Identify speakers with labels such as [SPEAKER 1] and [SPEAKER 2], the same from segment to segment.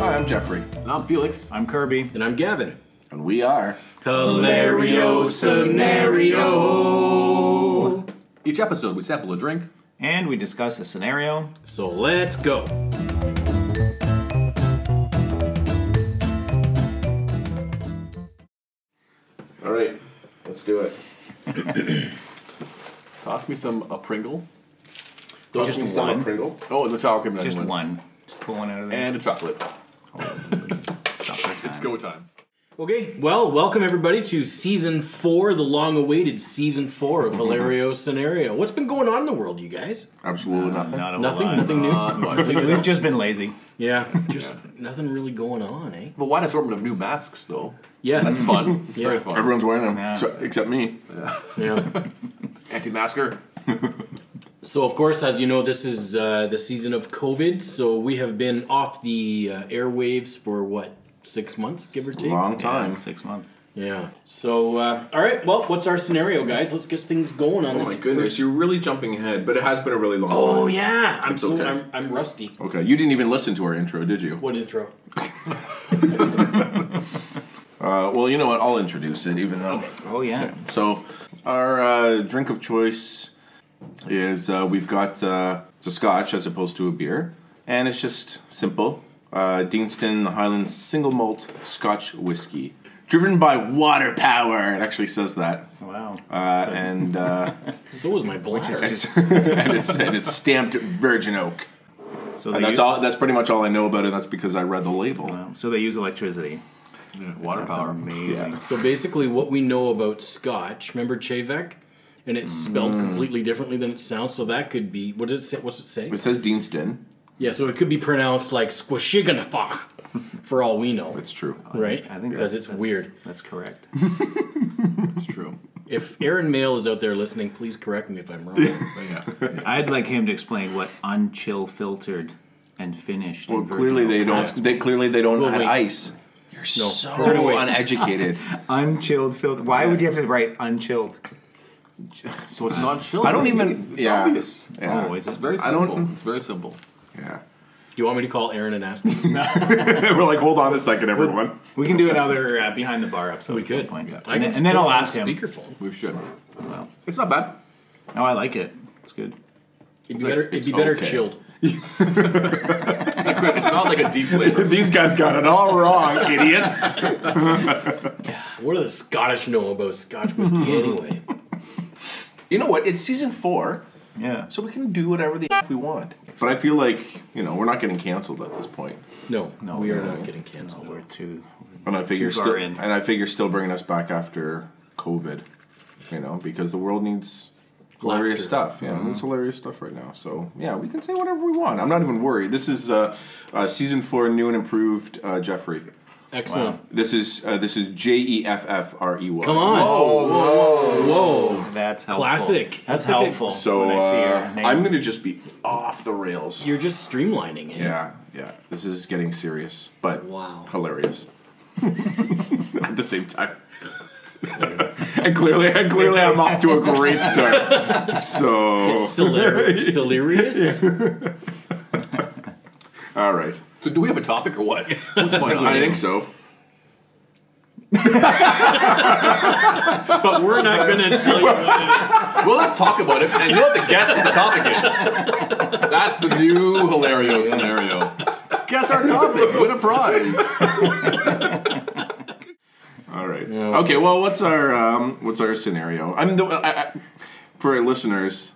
[SPEAKER 1] I'm Jeffrey.
[SPEAKER 2] And I'm Felix.
[SPEAKER 3] I'm Kirby.
[SPEAKER 4] And I'm Gavin.
[SPEAKER 1] And we are.
[SPEAKER 4] Hilario scenario.
[SPEAKER 2] Each episode, we sample a drink.
[SPEAKER 3] And we discuss a scenario.
[SPEAKER 4] So let's go.
[SPEAKER 1] All right, let's do it.
[SPEAKER 2] Toss me some a Pringle.
[SPEAKER 1] Those
[SPEAKER 3] Just
[SPEAKER 1] some
[SPEAKER 3] one.
[SPEAKER 1] Pringle.
[SPEAKER 2] Oh, and the sour cream and
[SPEAKER 3] Just
[SPEAKER 2] onion ones.
[SPEAKER 3] one. Just pull one out of there.
[SPEAKER 2] And a chocolate.
[SPEAKER 3] It's
[SPEAKER 2] It's go time.
[SPEAKER 4] Okay, well, welcome everybody to season four, the long awaited season four of Hilario scenario. What's been going on in the world, you guys?
[SPEAKER 1] Absolutely nothing.
[SPEAKER 3] uh, Not a
[SPEAKER 4] Nothing,
[SPEAKER 3] whole lot.
[SPEAKER 4] nothing
[SPEAKER 2] Not
[SPEAKER 4] new.
[SPEAKER 2] much.
[SPEAKER 3] We've just been lazy.
[SPEAKER 4] Yeah, just nothing really going on, eh?
[SPEAKER 2] The wide assortment of new masks, though. It's
[SPEAKER 4] Yes.
[SPEAKER 2] fun. It's
[SPEAKER 4] Yeah.
[SPEAKER 2] very fun.
[SPEAKER 1] Everyone's wearing them
[SPEAKER 3] Yeah.
[SPEAKER 1] so- except me.
[SPEAKER 4] yeah.
[SPEAKER 2] Anti-masker.
[SPEAKER 4] So, of course, as you know, this is uh, the season of COVID. So we have been off the uh, airwaves for what six months, give or take.
[SPEAKER 1] Long time.
[SPEAKER 3] Yeah, six months.
[SPEAKER 4] Yeah. So, uh, all right. Well, what's our scenario, guys? Let's get things going on
[SPEAKER 5] Oh
[SPEAKER 4] this.
[SPEAKER 5] my goodness,
[SPEAKER 4] first-
[SPEAKER 5] you're really jumping ahead, but it has been a really long
[SPEAKER 4] Oh
[SPEAKER 5] time.
[SPEAKER 4] yeah, I'm
[SPEAKER 5] It's
[SPEAKER 4] so
[SPEAKER 5] okay.
[SPEAKER 4] I'm, I'm rusty.
[SPEAKER 1] Okay, you didn't even listen to our intro, did you?
[SPEAKER 4] What intro?
[SPEAKER 1] Uh, well, you know what? I'll introduce it, even though.
[SPEAKER 3] Oh yeah.
[SPEAKER 1] So, our uh, drink of choice is uh, we've got uh, it's a scotch as opposed to a beer, and it's just simple. Uh, Deanston Highlands single malt scotch whiskey, driven by water power. It actually says that,
[SPEAKER 3] Wow.
[SPEAKER 1] uh, and uh,
[SPEAKER 4] So was my bladder.
[SPEAKER 1] it's, and it's and it's stamped virgin oak.
[SPEAKER 3] so they
[SPEAKER 1] And that's
[SPEAKER 3] use,
[SPEAKER 1] all. That's pretty much all I know about it. That's because I read the label.
[SPEAKER 3] So they use electricity.
[SPEAKER 2] Yeah, water
[SPEAKER 3] That's
[SPEAKER 2] power.
[SPEAKER 3] amazing.
[SPEAKER 4] so basically, what we know about Scotch, remember Chevek, and it's spelled
[SPEAKER 3] Mm.
[SPEAKER 4] completely differently than it sounds. So that could be what does it say? What's it say?
[SPEAKER 1] It says Deanston.
[SPEAKER 4] Yeah. So it could be pronounced like Squashiganafa, for all we know,
[SPEAKER 1] It's true.
[SPEAKER 4] right?
[SPEAKER 3] I think that's-
[SPEAKER 4] because it's
[SPEAKER 3] that's-
[SPEAKER 4] weird.
[SPEAKER 3] That's correct.
[SPEAKER 2] It's true.
[SPEAKER 4] If Aaron Mail is out there listening, please correct me if I'm wrong.
[SPEAKER 2] But yeah.
[SPEAKER 3] I'd like him to explain what unchill filtered and finished.
[SPEAKER 1] Well,
[SPEAKER 3] and
[SPEAKER 1] clearly they
[SPEAKER 3] virginal-
[SPEAKER 1] don't. They clearly they don't
[SPEAKER 4] Well,
[SPEAKER 1] add
[SPEAKER 4] wait.
[SPEAKER 1] ice. You're
[SPEAKER 4] Right away.
[SPEAKER 1] so uneducated.
[SPEAKER 3] Unchilled filtered. Why would you have to write unchilled?
[SPEAKER 2] So it's not chilled.
[SPEAKER 1] I don't even.
[SPEAKER 2] It's
[SPEAKER 1] yeah.
[SPEAKER 2] obvious.
[SPEAKER 1] Yeah.
[SPEAKER 3] Oh,
[SPEAKER 2] It's
[SPEAKER 3] it's
[SPEAKER 2] very
[SPEAKER 1] I
[SPEAKER 2] simple.
[SPEAKER 1] don't-
[SPEAKER 2] It's very simple.
[SPEAKER 1] yeah.
[SPEAKER 4] Do you want me to call Aaron and ask him?
[SPEAKER 1] We're like, hold on a second, everyone.
[SPEAKER 3] We can do another uh, behind the bar episode.
[SPEAKER 4] We
[SPEAKER 3] at some
[SPEAKER 4] could.
[SPEAKER 3] point.
[SPEAKER 4] I can
[SPEAKER 3] And, then,
[SPEAKER 4] just
[SPEAKER 3] and then
[SPEAKER 4] put
[SPEAKER 3] I'll
[SPEAKER 4] it on
[SPEAKER 3] ask him.
[SPEAKER 4] Speakerphone.
[SPEAKER 2] We should.
[SPEAKER 3] Well,
[SPEAKER 2] It's not bad.
[SPEAKER 3] no, I like it. It's good.
[SPEAKER 4] It'd
[SPEAKER 2] It's
[SPEAKER 4] be
[SPEAKER 2] like-
[SPEAKER 4] better. It'd
[SPEAKER 1] it's
[SPEAKER 4] be better
[SPEAKER 1] okay.
[SPEAKER 4] chilled.
[SPEAKER 2] It's not like a deep flavor.
[SPEAKER 1] These guys got it all wrong, idiots.
[SPEAKER 4] What do the Scottish know about Scotch whiskey anyway?
[SPEAKER 1] You know what? It's season four,
[SPEAKER 3] Yeah.
[SPEAKER 1] so we can do whatever the f we want. But I feel like you know we're not getting canceled at this point.
[SPEAKER 4] No, no, we are
[SPEAKER 3] no.
[SPEAKER 4] not getting canceled.
[SPEAKER 3] We're too.
[SPEAKER 1] And I figure
[SPEAKER 3] Too far
[SPEAKER 1] still,
[SPEAKER 3] in.
[SPEAKER 1] and I figure still bringing us back after COVID, you know, because the world needs hilarious
[SPEAKER 4] Laughter.
[SPEAKER 1] stuff. Yeah, and it's
[SPEAKER 3] Mm-hmm.
[SPEAKER 1] hilarious stuff right now. So yeah, we can say whatever we want. I'm not even worried. This is uh, uh, season four, new and improved uh, Jeffrey.
[SPEAKER 4] Excellent.
[SPEAKER 1] This is uh, this is J E F F R E Y.
[SPEAKER 4] Come on. Whoa. Whoa.
[SPEAKER 3] That's helpful.
[SPEAKER 4] Classic.
[SPEAKER 3] That's
[SPEAKER 4] That's okay.
[SPEAKER 3] helpful.
[SPEAKER 1] So
[SPEAKER 3] when I see your
[SPEAKER 1] uh,
[SPEAKER 3] name.
[SPEAKER 1] I'm gonna just be off the rails.
[SPEAKER 4] You're just streamlining it.
[SPEAKER 1] Yeah, yeah. This is getting serious, but
[SPEAKER 4] Wow.
[SPEAKER 1] hilarious at the same time. and clearly, and clearly, I'm off to a great start. So,
[SPEAKER 4] Celer- Celerius?
[SPEAKER 1] all right,
[SPEAKER 2] So do we have a topic or what? What's going on?
[SPEAKER 1] I think so.
[SPEAKER 4] But we're not going to tell you what it is.
[SPEAKER 2] Well, let's talk about it. And you have to guess what the topic is. That's the new Hilario scenario. Guess our topic. Win a prize.
[SPEAKER 1] All right. Okay. Well, what's our um, what's our scenario? I'm the I, I, for our listeners.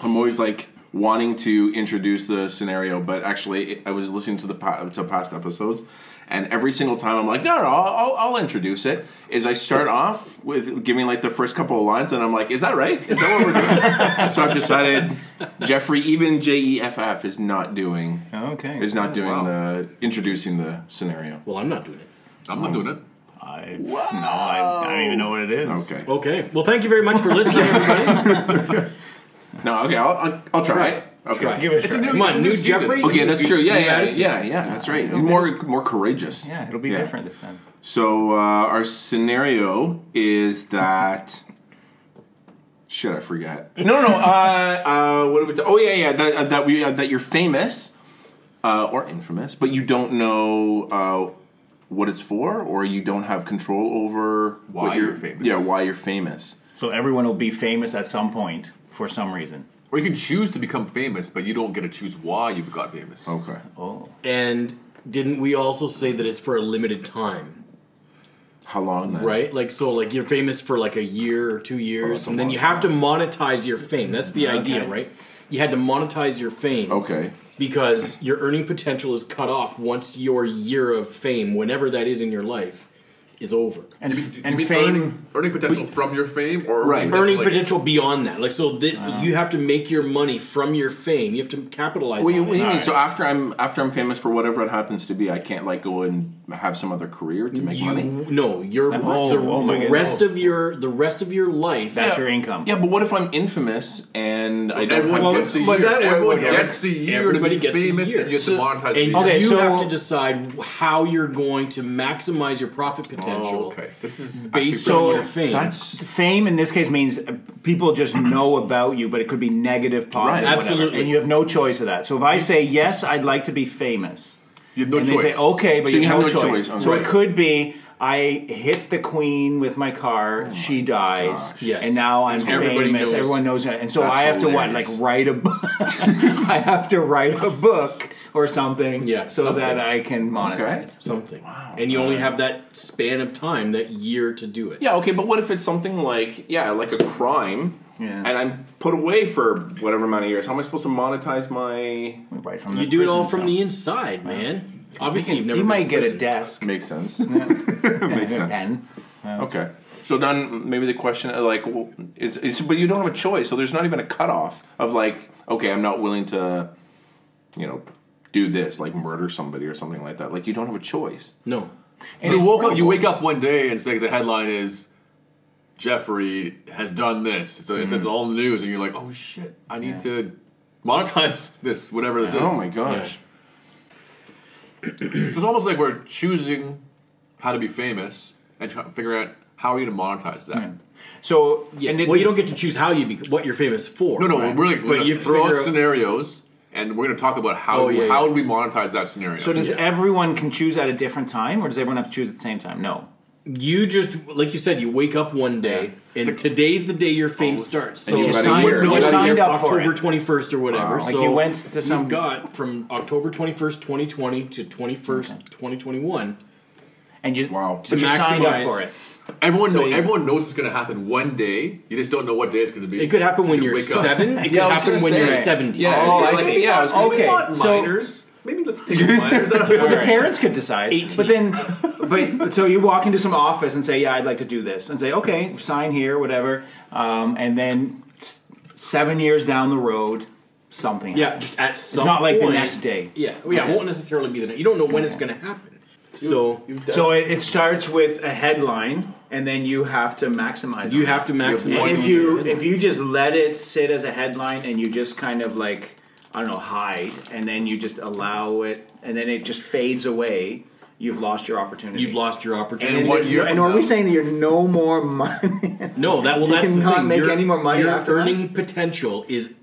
[SPEAKER 1] I'm always like wanting to introduce the scenario, but actually, I was listening to the pa- to past episodes, and every single time I'm like, no, no, I'll, I'll, I'll introduce it. Is I start off with giving like the first couple of lines, and I'm like, is that right? Is that what we're doing? so I've decided, Jeffrey, even J E F F is not doing
[SPEAKER 3] Okay.
[SPEAKER 1] is not doing
[SPEAKER 2] wow.
[SPEAKER 1] the introducing the scenario.
[SPEAKER 4] Well, I'm not doing it.
[SPEAKER 2] I'm not doing it.
[SPEAKER 3] I, no, I, I don't even know what it is.
[SPEAKER 1] Okay.
[SPEAKER 4] Okay. Well, thank you very much for listening, everybody.
[SPEAKER 1] No, okay, I'll, I'll, I'll try, it. Okay.
[SPEAKER 4] Try it.
[SPEAKER 3] Give it a
[SPEAKER 2] a
[SPEAKER 3] try.
[SPEAKER 2] new-
[SPEAKER 4] Come
[SPEAKER 2] it's a
[SPEAKER 4] on,
[SPEAKER 2] new
[SPEAKER 4] new
[SPEAKER 2] season.
[SPEAKER 4] Jeffrey.
[SPEAKER 1] Okay, that's true. Yeah,
[SPEAKER 4] New
[SPEAKER 1] yeah,
[SPEAKER 4] attitude.
[SPEAKER 1] yeah, yeah. That's right. More, more courageous.
[SPEAKER 3] Yeah, it'll be
[SPEAKER 1] Yeah.
[SPEAKER 3] different this time.
[SPEAKER 1] So uh, our scenario is that. Shit, I forgot. No, no. Uh, uh, what are we? ta- oh, yeah, yeah. That, uh, that we uh, that you're famous, uh, or infamous, but you don't know uh, what it's for, or you don't have control over
[SPEAKER 2] Why
[SPEAKER 1] what
[SPEAKER 2] you're famous.
[SPEAKER 1] Yeah, why you're famous.
[SPEAKER 3] So everyone will be famous at some point for some reason.
[SPEAKER 2] Or you can choose to become famous, but you don't get to choose why you got famous.
[SPEAKER 1] Okay.
[SPEAKER 3] Oh,
[SPEAKER 4] And didn't we also say that it's for a limited time?
[SPEAKER 1] How long then?
[SPEAKER 4] Right? Like so like you're famous for like a year or two years
[SPEAKER 1] Oh, that's a
[SPEAKER 4] and then
[SPEAKER 1] long
[SPEAKER 4] you have to monetize your fame. That's the idea,
[SPEAKER 3] Okay.
[SPEAKER 4] right? You had to monetize your fame
[SPEAKER 1] Okay.
[SPEAKER 4] because your earning potential is cut off once your year of fame, whenever that is in your life, is over.
[SPEAKER 3] and
[SPEAKER 2] You mean- you
[SPEAKER 3] and
[SPEAKER 2] mean
[SPEAKER 3] fame.
[SPEAKER 2] earning, earning potential from your fame, or
[SPEAKER 1] Right.
[SPEAKER 4] earning
[SPEAKER 2] like-
[SPEAKER 4] potential beyond that. Like so this you have to make your money from your fame. You have to capitalize
[SPEAKER 1] What do you,
[SPEAKER 4] on
[SPEAKER 1] what do you
[SPEAKER 4] it.
[SPEAKER 1] mean?
[SPEAKER 3] Alright.
[SPEAKER 1] So after I'm after I'm famous for whatever it happens to be, I can't like go and have some other career to make money.
[SPEAKER 4] You, no, your
[SPEAKER 3] Oh,
[SPEAKER 4] the,
[SPEAKER 3] oh my
[SPEAKER 4] the
[SPEAKER 3] goodness.
[SPEAKER 4] rest of your the rest of your life
[SPEAKER 3] That's your income.
[SPEAKER 1] Yeah, but what if I'm infamous and I don't
[SPEAKER 2] Everyone
[SPEAKER 1] have
[SPEAKER 3] Well,
[SPEAKER 2] gets a year.
[SPEAKER 3] but that-
[SPEAKER 2] everyone
[SPEAKER 3] okay.
[SPEAKER 2] gets a year
[SPEAKER 4] Everybody
[SPEAKER 2] to be
[SPEAKER 4] gets a
[SPEAKER 2] famous,
[SPEAKER 4] year.
[SPEAKER 2] and you have to
[SPEAKER 4] So-
[SPEAKER 2] monetize.
[SPEAKER 4] and
[SPEAKER 2] the
[SPEAKER 3] Okay,
[SPEAKER 4] you
[SPEAKER 3] so-
[SPEAKER 4] have to decide how you're going to maximize your profit potential
[SPEAKER 2] Oh, okay. This is
[SPEAKER 4] based
[SPEAKER 2] actually
[SPEAKER 4] on
[SPEAKER 2] pretty
[SPEAKER 4] your
[SPEAKER 2] good.
[SPEAKER 4] fame.
[SPEAKER 1] That's
[SPEAKER 3] Fame in this case means uh, people just know about you, but it could be negative, positive,
[SPEAKER 1] Right.
[SPEAKER 3] whatever,
[SPEAKER 4] Absolutely.
[SPEAKER 3] and you have no choice of that. So if I say yes, I'd like to be famous,
[SPEAKER 2] You have no
[SPEAKER 3] and
[SPEAKER 2] choice.
[SPEAKER 3] they say okay, but
[SPEAKER 1] So
[SPEAKER 3] you, have no,
[SPEAKER 1] no
[SPEAKER 3] choice.
[SPEAKER 1] choice.
[SPEAKER 3] So
[SPEAKER 1] Right.
[SPEAKER 3] it could be I hit the queen with my car, she dies,
[SPEAKER 4] Yes.
[SPEAKER 3] and now I'm
[SPEAKER 2] everybody
[SPEAKER 3] famous.
[SPEAKER 2] knows.
[SPEAKER 3] Everyone knows that, and so
[SPEAKER 1] That's
[SPEAKER 3] I have
[SPEAKER 1] hilarious.
[SPEAKER 3] to what, like write a book. I have to write a book or something,
[SPEAKER 4] Yeah,
[SPEAKER 3] so that
[SPEAKER 4] something.
[SPEAKER 3] I can monetize.
[SPEAKER 1] okay.
[SPEAKER 4] something. And you only have that span of time, that year to do it.
[SPEAKER 1] Yeah, okay, but what if it's something like yeah, like a crime,
[SPEAKER 3] Yeah.
[SPEAKER 1] and I'm put away for whatever amount of years? How am I supposed to monetize my?
[SPEAKER 3] Right from
[SPEAKER 4] You
[SPEAKER 3] the
[SPEAKER 4] do it all
[SPEAKER 3] prison
[SPEAKER 4] from
[SPEAKER 3] cell.
[SPEAKER 4] the inside, man. Obviously, you've never.
[SPEAKER 3] You
[SPEAKER 4] been
[SPEAKER 3] might
[SPEAKER 4] to
[SPEAKER 3] get a
[SPEAKER 4] prison.
[SPEAKER 3] desk.
[SPEAKER 1] Makes sense.
[SPEAKER 3] and
[SPEAKER 1] Makes
[SPEAKER 3] a
[SPEAKER 1] sense.
[SPEAKER 3] pen.
[SPEAKER 1] Okay. So then maybe the question uh, like w- is, is but you don't have a choice, so there's not even a cutoff of like okay, I'm not willing to, you know, do this like murder somebody or something like that. Like you don't have a choice.
[SPEAKER 4] No.
[SPEAKER 2] You woke up. You wake up one day and say the headline is Jeffrey has done this. It's, it's,
[SPEAKER 3] Mm.
[SPEAKER 2] it's all in the news, and you're like, oh shit, I need to monetize this, whatever this is.
[SPEAKER 1] Oh my gosh.
[SPEAKER 2] So it's almost like we're choosing how to be famous and trying to figure out how are you going to monetize that.
[SPEAKER 3] So
[SPEAKER 4] Yeah.
[SPEAKER 3] and it-
[SPEAKER 4] well, you don't get to choose how you bec what you're famous for.
[SPEAKER 2] No, no, we're like we're
[SPEAKER 4] But
[SPEAKER 2] gonna
[SPEAKER 4] you
[SPEAKER 2] throw out
[SPEAKER 4] figure out-
[SPEAKER 2] scenarios, and we're going to talk about how
[SPEAKER 4] Oh, yeah,
[SPEAKER 2] how
[SPEAKER 4] yeah.
[SPEAKER 2] do we monetize that scenario.
[SPEAKER 3] So does
[SPEAKER 4] Yeah.
[SPEAKER 3] everyone can choose at a different time, or does everyone have to choose at the same time? No.
[SPEAKER 4] You just, like you said, you wake up one day, and today's the day your
[SPEAKER 3] Oh,
[SPEAKER 4] fame starts. So
[SPEAKER 1] you
[SPEAKER 4] it's
[SPEAKER 1] gotta
[SPEAKER 4] signed-
[SPEAKER 1] year.
[SPEAKER 4] no,
[SPEAKER 1] You
[SPEAKER 4] it's
[SPEAKER 1] gotta
[SPEAKER 3] signed
[SPEAKER 4] signed
[SPEAKER 3] up for
[SPEAKER 4] October
[SPEAKER 3] it.
[SPEAKER 4] 21st or whatever.
[SPEAKER 3] Like
[SPEAKER 4] so
[SPEAKER 3] you went to some-
[SPEAKER 4] You've got from October 21st, 2020 to 21st, 2021.
[SPEAKER 3] And you
[SPEAKER 1] Wow.
[SPEAKER 3] but you signed up
[SPEAKER 4] maximize-
[SPEAKER 3] for it.
[SPEAKER 2] everyone
[SPEAKER 4] so
[SPEAKER 2] know,
[SPEAKER 4] you-
[SPEAKER 2] everyone knows it's going to happen one day. You just don't know what day it's going to be.
[SPEAKER 4] It could happen
[SPEAKER 2] So
[SPEAKER 4] when
[SPEAKER 2] you
[SPEAKER 4] you're
[SPEAKER 2] wake up.
[SPEAKER 4] seven. It could
[SPEAKER 1] Yeah, I was
[SPEAKER 4] happen
[SPEAKER 1] gonna
[SPEAKER 4] when
[SPEAKER 1] say.
[SPEAKER 4] you're 70.
[SPEAKER 1] Yeah.
[SPEAKER 3] Oh,
[SPEAKER 1] so
[SPEAKER 3] I
[SPEAKER 1] like,
[SPEAKER 3] see.
[SPEAKER 1] maybe
[SPEAKER 2] Yeah,
[SPEAKER 1] I was gonna
[SPEAKER 2] okay.
[SPEAKER 1] say-
[SPEAKER 2] Not
[SPEAKER 3] so-
[SPEAKER 2] minors. Maybe let's take minors. I don't know.
[SPEAKER 3] The parents could decide, but then, but so you walk into some office and say, "Yeah, I'd like to do this," and say, "Okay, sign here, whatever," um, and then s- seven years down the road, something.
[SPEAKER 4] Yeah, just at some
[SPEAKER 3] not like the
[SPEAKER 4] point-
[SPEAKER 3] next day.
[SPEAKER 4] Yeah, well, yeah, it won't necessarily be the next. You don't know when it's going to happen. So you,
[SPEAKER 3] happens. So it, it starts with a headline, and then you have to maximize. on
[SPEAKER 4] have to maximize.
[SPEAKER 3] And if
[SPEAKER 4] on
[SPEAKER 3] you
[SPEAKER 4] that.
[SPEAKER 3] if you just let it sit as a headline and you just kind of like I don't know hide and then you just allow it and then it just fades away, you've lost your opportunity.
[SPEAKER 4] you've lost your opportunity.
[SPEAKER 3] And,
[SPEAKER 2] what
[SPEAKER 3] there's
[SPEAKER 2] year
[SPEAKER 3] no- and
[SPEAKER 2] from
[SPEAKER 3] are we
[SPEAKER 2] now?
[SPEAKER 3] saying that you're no more money?
[SPEAKER 4] no, that well, that's the
[SPEAKER 3] cannot
[SPEAKER 4] thing.
[SPEAKER 3] make
[SPEAKER 4] your,
[SPEAKER 3] any more money
[SPEAKER 4] Your
[SPEAKER 3] after that?
[SPEAKER 4] earning potential is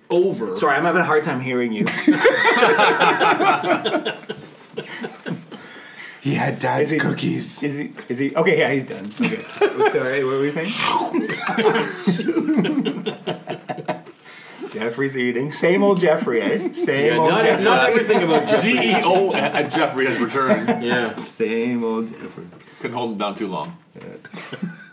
[SPEAKER 4] over.
[SPEAKER 3] Sorry, I'm having a hard time hearing you.
[SPEAKER 1] He had
[SPEAKER 3] Is
[SPEAKER 1] dad's
[SPEAKER 3] he-
[SPEAKER 1] cookies.
[SPEAKER 3] Is he? Is he? Okay, yeah, he's done. Okay. Sorry, what were we saying? Jeffrey's eating. Same old Jeffrey, eh? Same old
[SPEAKER 4] not,
[SPEAKER 3] Jeffrey.
[SPEAKER 4] not everything about Jeffrey.
[SPEAKER 2] CEO at Jeffrey has returned.
[SPEAKER 4] yeah,
[SPEAKER 3] Same old Jeffrey.
[SPEAKER 2] Couldn't hold him down too long.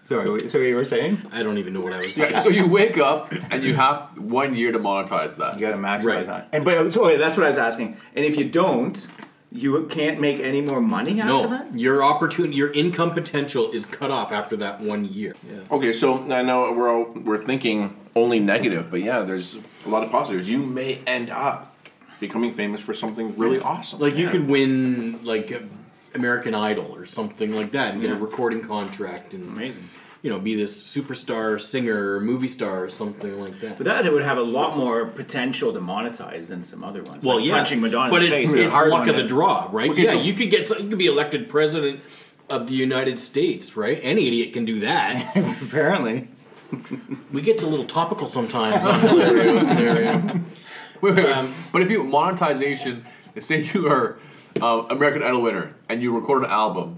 [SPEAKER 3] Sorry, what- so you were saying?
[SPEAKER 4] I don't even know what I was saying.
[SPEAKER 2] Yeah, so you wake up and you have one year to monetize that.
[SPEAKER 3] You got to maximize
[SPEAKER 4] Right.
[SPEAKER 3] on it. And but so that's what I was asking. And if you don't, you can't make any more money after
[SPEAKER 4] No,
[SPEAKER 3] that.
[SPEAKER 4] your opportunity, your income potential is cut off after that one year.
[SPEAKER 1] Okay, so I know we're all, we're thinking only negative, but yeah, there's a lot of positives. You may end up becoming famous for something really awesome.
[SPEAKER 4] Like you
[SPEAKER 1] Yeah.
[SPEAKER 4] could win like American Idol or something like that, and get a
[SPEAKER 3] Yeah.
[SPEAKER 4] recording contract and
[SPEAKER 3] Amazing.
[SPEAKER 4] you know, be this superstar singer or movie star or something like that.
[SPEAKER 3] But that it would have a lot more potential to monetize than some other ones.
[SPEAKER 4] well,
[SPEAKER 3] like
[SPEAKER 4] yeah,
[SPEAKER 3] punching Madonna.
[SPEAKER 4] but
[SPEAKER 3] in the
[SPEAKER 4] it's,
[SPEAKER 3] face is a
[SPEAKER 4] it's
[SPEAKER 3] hard
[SPEAKER 4] luck
[SPEAKER 3] one
[SPEAKER 4] of
[SPEAKER 3] to-
[SPEAKER 4] the draw, right?
[SPEAKER 2] Okay,
[SPEAKER 4] yeah,
[SPEAKER 2] so-
[SPEAKER 4] you could get some, you could be elected president of the United States, right? Any idiot can do that.
[SPEAKER 3] Apparently,
[SPEAKER 4] we get a little topical sometimes. on Hilario scenario.
[SPEAKER 2] Wait, wait, wait. but if you monetization say you are uh, American Idol winner and you record an album.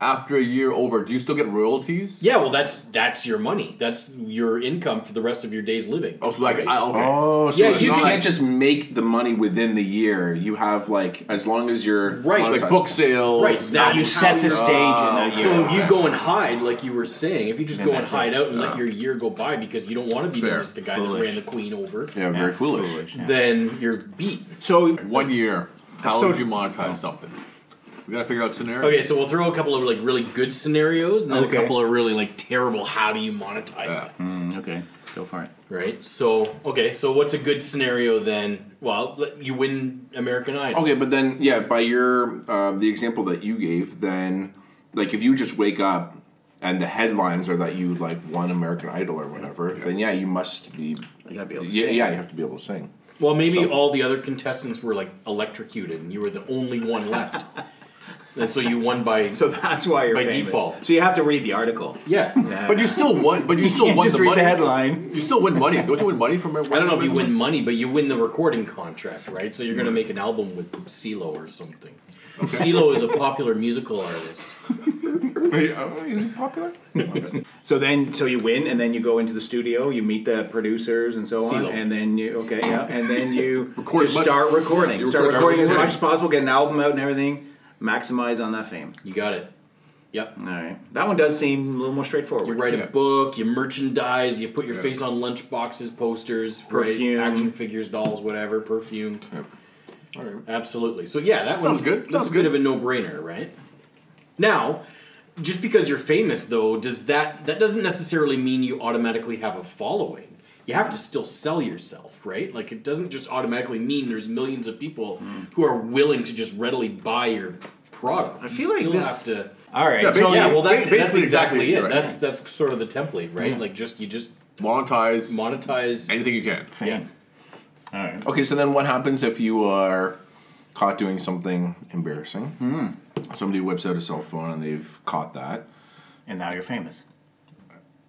[SPEAKER 2] After a year over, do you still get royalties?
[SPEAKER 4] Yeah, well, that's that's your money. That's your income for the rest of your days living.
[SPEAKER 2] Oh, so like, I, okay.
[SPEAKER 1] Oh, so
[SPEAKER 4] Yeah,
[SPEAKER 1] it's
[SPEAKER 4] you
[SPEAKER 1] not- you
[SPEAKER 4] can-
[SPEAKER 1] can't just make the money within the year. You have like as long as you're
[SPEAKER 4] Right, like
[SPEAKER 1] monetized.
[SPEAKER 2] like book sales.
[SPEAKER 4] Right,
[SPEAKER 3] Now
[SPEAKER 4] that's
[SPEAKER 3] you set
[SPEAKER 4] how
[SPEAKER 3] the
[SPEAKER 4] you're-
[SPEAKER 3] stage in that year.
[SPEAKER 4] So if you go and hide, like you were saying, if you just
[SPEAKER 3] Then
[SPEAKER 4] go and
[SPEAKER 3] that's
[SPEAKER 4] hide
[SPEAKER 3] it.
[SPEAKER 4] out and let your year go by because you don't want to be
[SPEAKER 2] Fair.
[SPEAKER 4] known as the guy
[SPEAKER 3] Foolish.
[SPEAKER 4] that ran the queen over,
[SPEAKER 1] Yeah, very foolish.
[SPEAKER 4] then you're beat.
[SPEAKER 3] So
[SPEAKER 2] One year. How
[SPEAKER 3] So-
[SPEAKER 2] would you monetize something? We gotta figure out scenario.
[SPEAKER 4] Okay, so we'll throw a couple of like really good scenarios and then
[SPEAKER 3] Okay.
[SPEAKER 4] a couple of really like terrible. How do you monetize
[SPEAKER 2] Yeah.
[SPEAKER 4] that?
[SPEAKER 3] okay, go for it.
[SPEAKER 4] Right. So okay. So what's a good scenario then? Well, let- you win American Idol.
[SPEAKER 1] Okay, but then yeah, by your uh, the example that you gave, then like if you just wake up and the headlines are that you like won American Idol or whatever, then yeah, you must be.
[SPEAKER 3] You gotta be able to
[SPEAKER 1] Yeah,
[SPEAKER 3] sing.
[SPEAKER 1] yeah, you have to be able to sing.
[SPEAKER 4] Well, maybe
[SPEAKER 1] So-
[SPEAKER 4] all the other contestants were like electrocuted, and you were the only one left. and so you won by
[SPEAKER 3] So that's why you're
[SPEAKER 4] By
[SPEAKER 3] famous.
[SPEAKER 4] default.
[SPEAKER 3] So you have to read the article.
[SPEAKER 4] yeah.
[SPEAKER 2] But you still won. But you still
[SPEAKER 3] can't
[SPEAKER 2] won
[SPEAKER 3] just
[SPEAKER 2] the
[SPEAKER 3] read
[SPEAKER 2] money.
[SPEAKER 3] the headline.
[SPEAKER 2] You still win money. Don't you win money from? I
[SPEAKER 4] I don't know if you win money, but you win the recording contract, right? So you're going to make an album with CeeLo or something. CeeLo is a popular musical artist.
[SPEAKER 1] uh, Is it popular?
[SPEAKER 3] So then, so you win, and then you go into the studio, you meet the producers and so on,
[SPEAKER 4] CeeLo.
[SPEAKER 3] and then you okay, yeah, and then you
[SPEAKER 2] Record as
[SPEAKER 3] just
[SPEAKER 2] much-
[SPEAKER 3] start recording,
[SPEAKER 2] you
[SPEAKER 3] start
[SPEAKER 2] record-
[SPEAKER 3] recording as
[SPEAKER 2] start
[SPEAKER 3] much
[SPEAKER 2] recording.
[SPEAKER 3] as possible, get an album out and everything, maximize on that fame.
[SPEAKER 4] You got it. Yep.
[SPEAKER 3] All right, that one does seem a little more
[SPEAKER 4] You
[SPEAKER 3] straightforward.
[SPEAKER 4] write
[SPEAKER 2] Yeah.
[SPEAKER 4] a book, you merchandise, you put your
[SPEAKER 2] Yeah.
[SPEAKER 4] face on lunch boxes, posters, right?
[SPEAKER 3] Perfume.
[SPEAKER 4] action figures, dolls, whatever, perfume.
[SPEAKER 2] All right.
[SPEAKER 4] Absolutely. So yeah, that
[SPEAKER 2] Sounds
[SPEAKER 4] one's
[SPEAKER 2] good.
[SPEAKER 4] That's
[SPEAKER 2] Sounds
[SPEAKER 4] a bit
[SPEAKER 2] good.
[SPEAKER 4] of a no-brainer, right? Now, just because you're famous, though, does that that doesn't necessarily mean you automatically have a following. You have to still sell yourself, right? Like it doesn't just automatically mean there's millions of people
[SPEAKER 2] Hmm.
[SPEAKER 4] who are willing to just readily buy your product. I
[SPEAKER 3] feel
[SPEAKER 4] you
[SPEAKER 3] like
[SPEAKER 4] still
[SPEAKER 3] this-
[SPEAKER 4] have to.
[SPEAKER 3] All right,
[SPEAKER 2] Yeah,
[SPEAKER 3] so
[SPEAKER 2] basically-
[SPEAKER 4] Oh, Yeah, well, that's
[SPEAKER 2] Basically
[SPEAKER 4] that's exactly,
[SPEAKER 2] exactly
[SPEAKER 4] it.
[SPEAKER 2] right.
[SPEAKER 4] That's that's sort of the template, right? Like just you just
[SPEAKER 2] Monetize
[SPEAKER 4] monetize.
[SPEAKER 2] anything you can.
[SPEAKER 4] yeah.
[SPEAKER 3] all right.
[SPEAKER 1] Okay, so then what happens if you are caught doing something embarrassing? Somebody whips out a cell phone and they've caught that.
[SPEAKER 3] and now you're famous.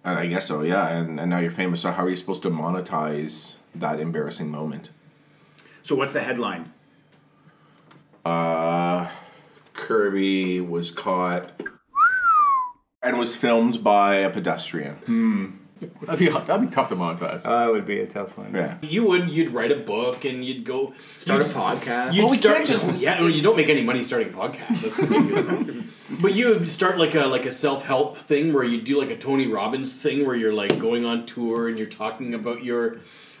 [SPEAKER 1] And I guess so, yeah. And, and now you're famous. So how are you supposed to monetize that embarrassing moment?
[SPEAKER 3] So what's the headline?
[SPEAKER 1] Kirby was caught and was filmed by a pedestrian.
[SPEAKER 2] That'd be that'd be tough to monetize.
[SPEAKER 1] Uh,
[SPEAKER 3] That would be a tough one.
[SPEAKER 1] Yeah.
[SPEAKER 4] You would you'd write a book and you'd go
[SPEAKER 3] Start a
[SPEAKER 4] you'd-
[SPEAKER 3] podcast.
[SPEAKER 4] You'd
[SPEAKER 1] Well, we
[SPEAKER 4] start
[SPEAKER 1] can't just-
[SPEAKER 4] yeah. Well, you don't make any money starting podcasts. That's ridiculous. but you would start like a like a self help thing where you do like a Tony Robbins thing where you're like going on tour and you're talking about your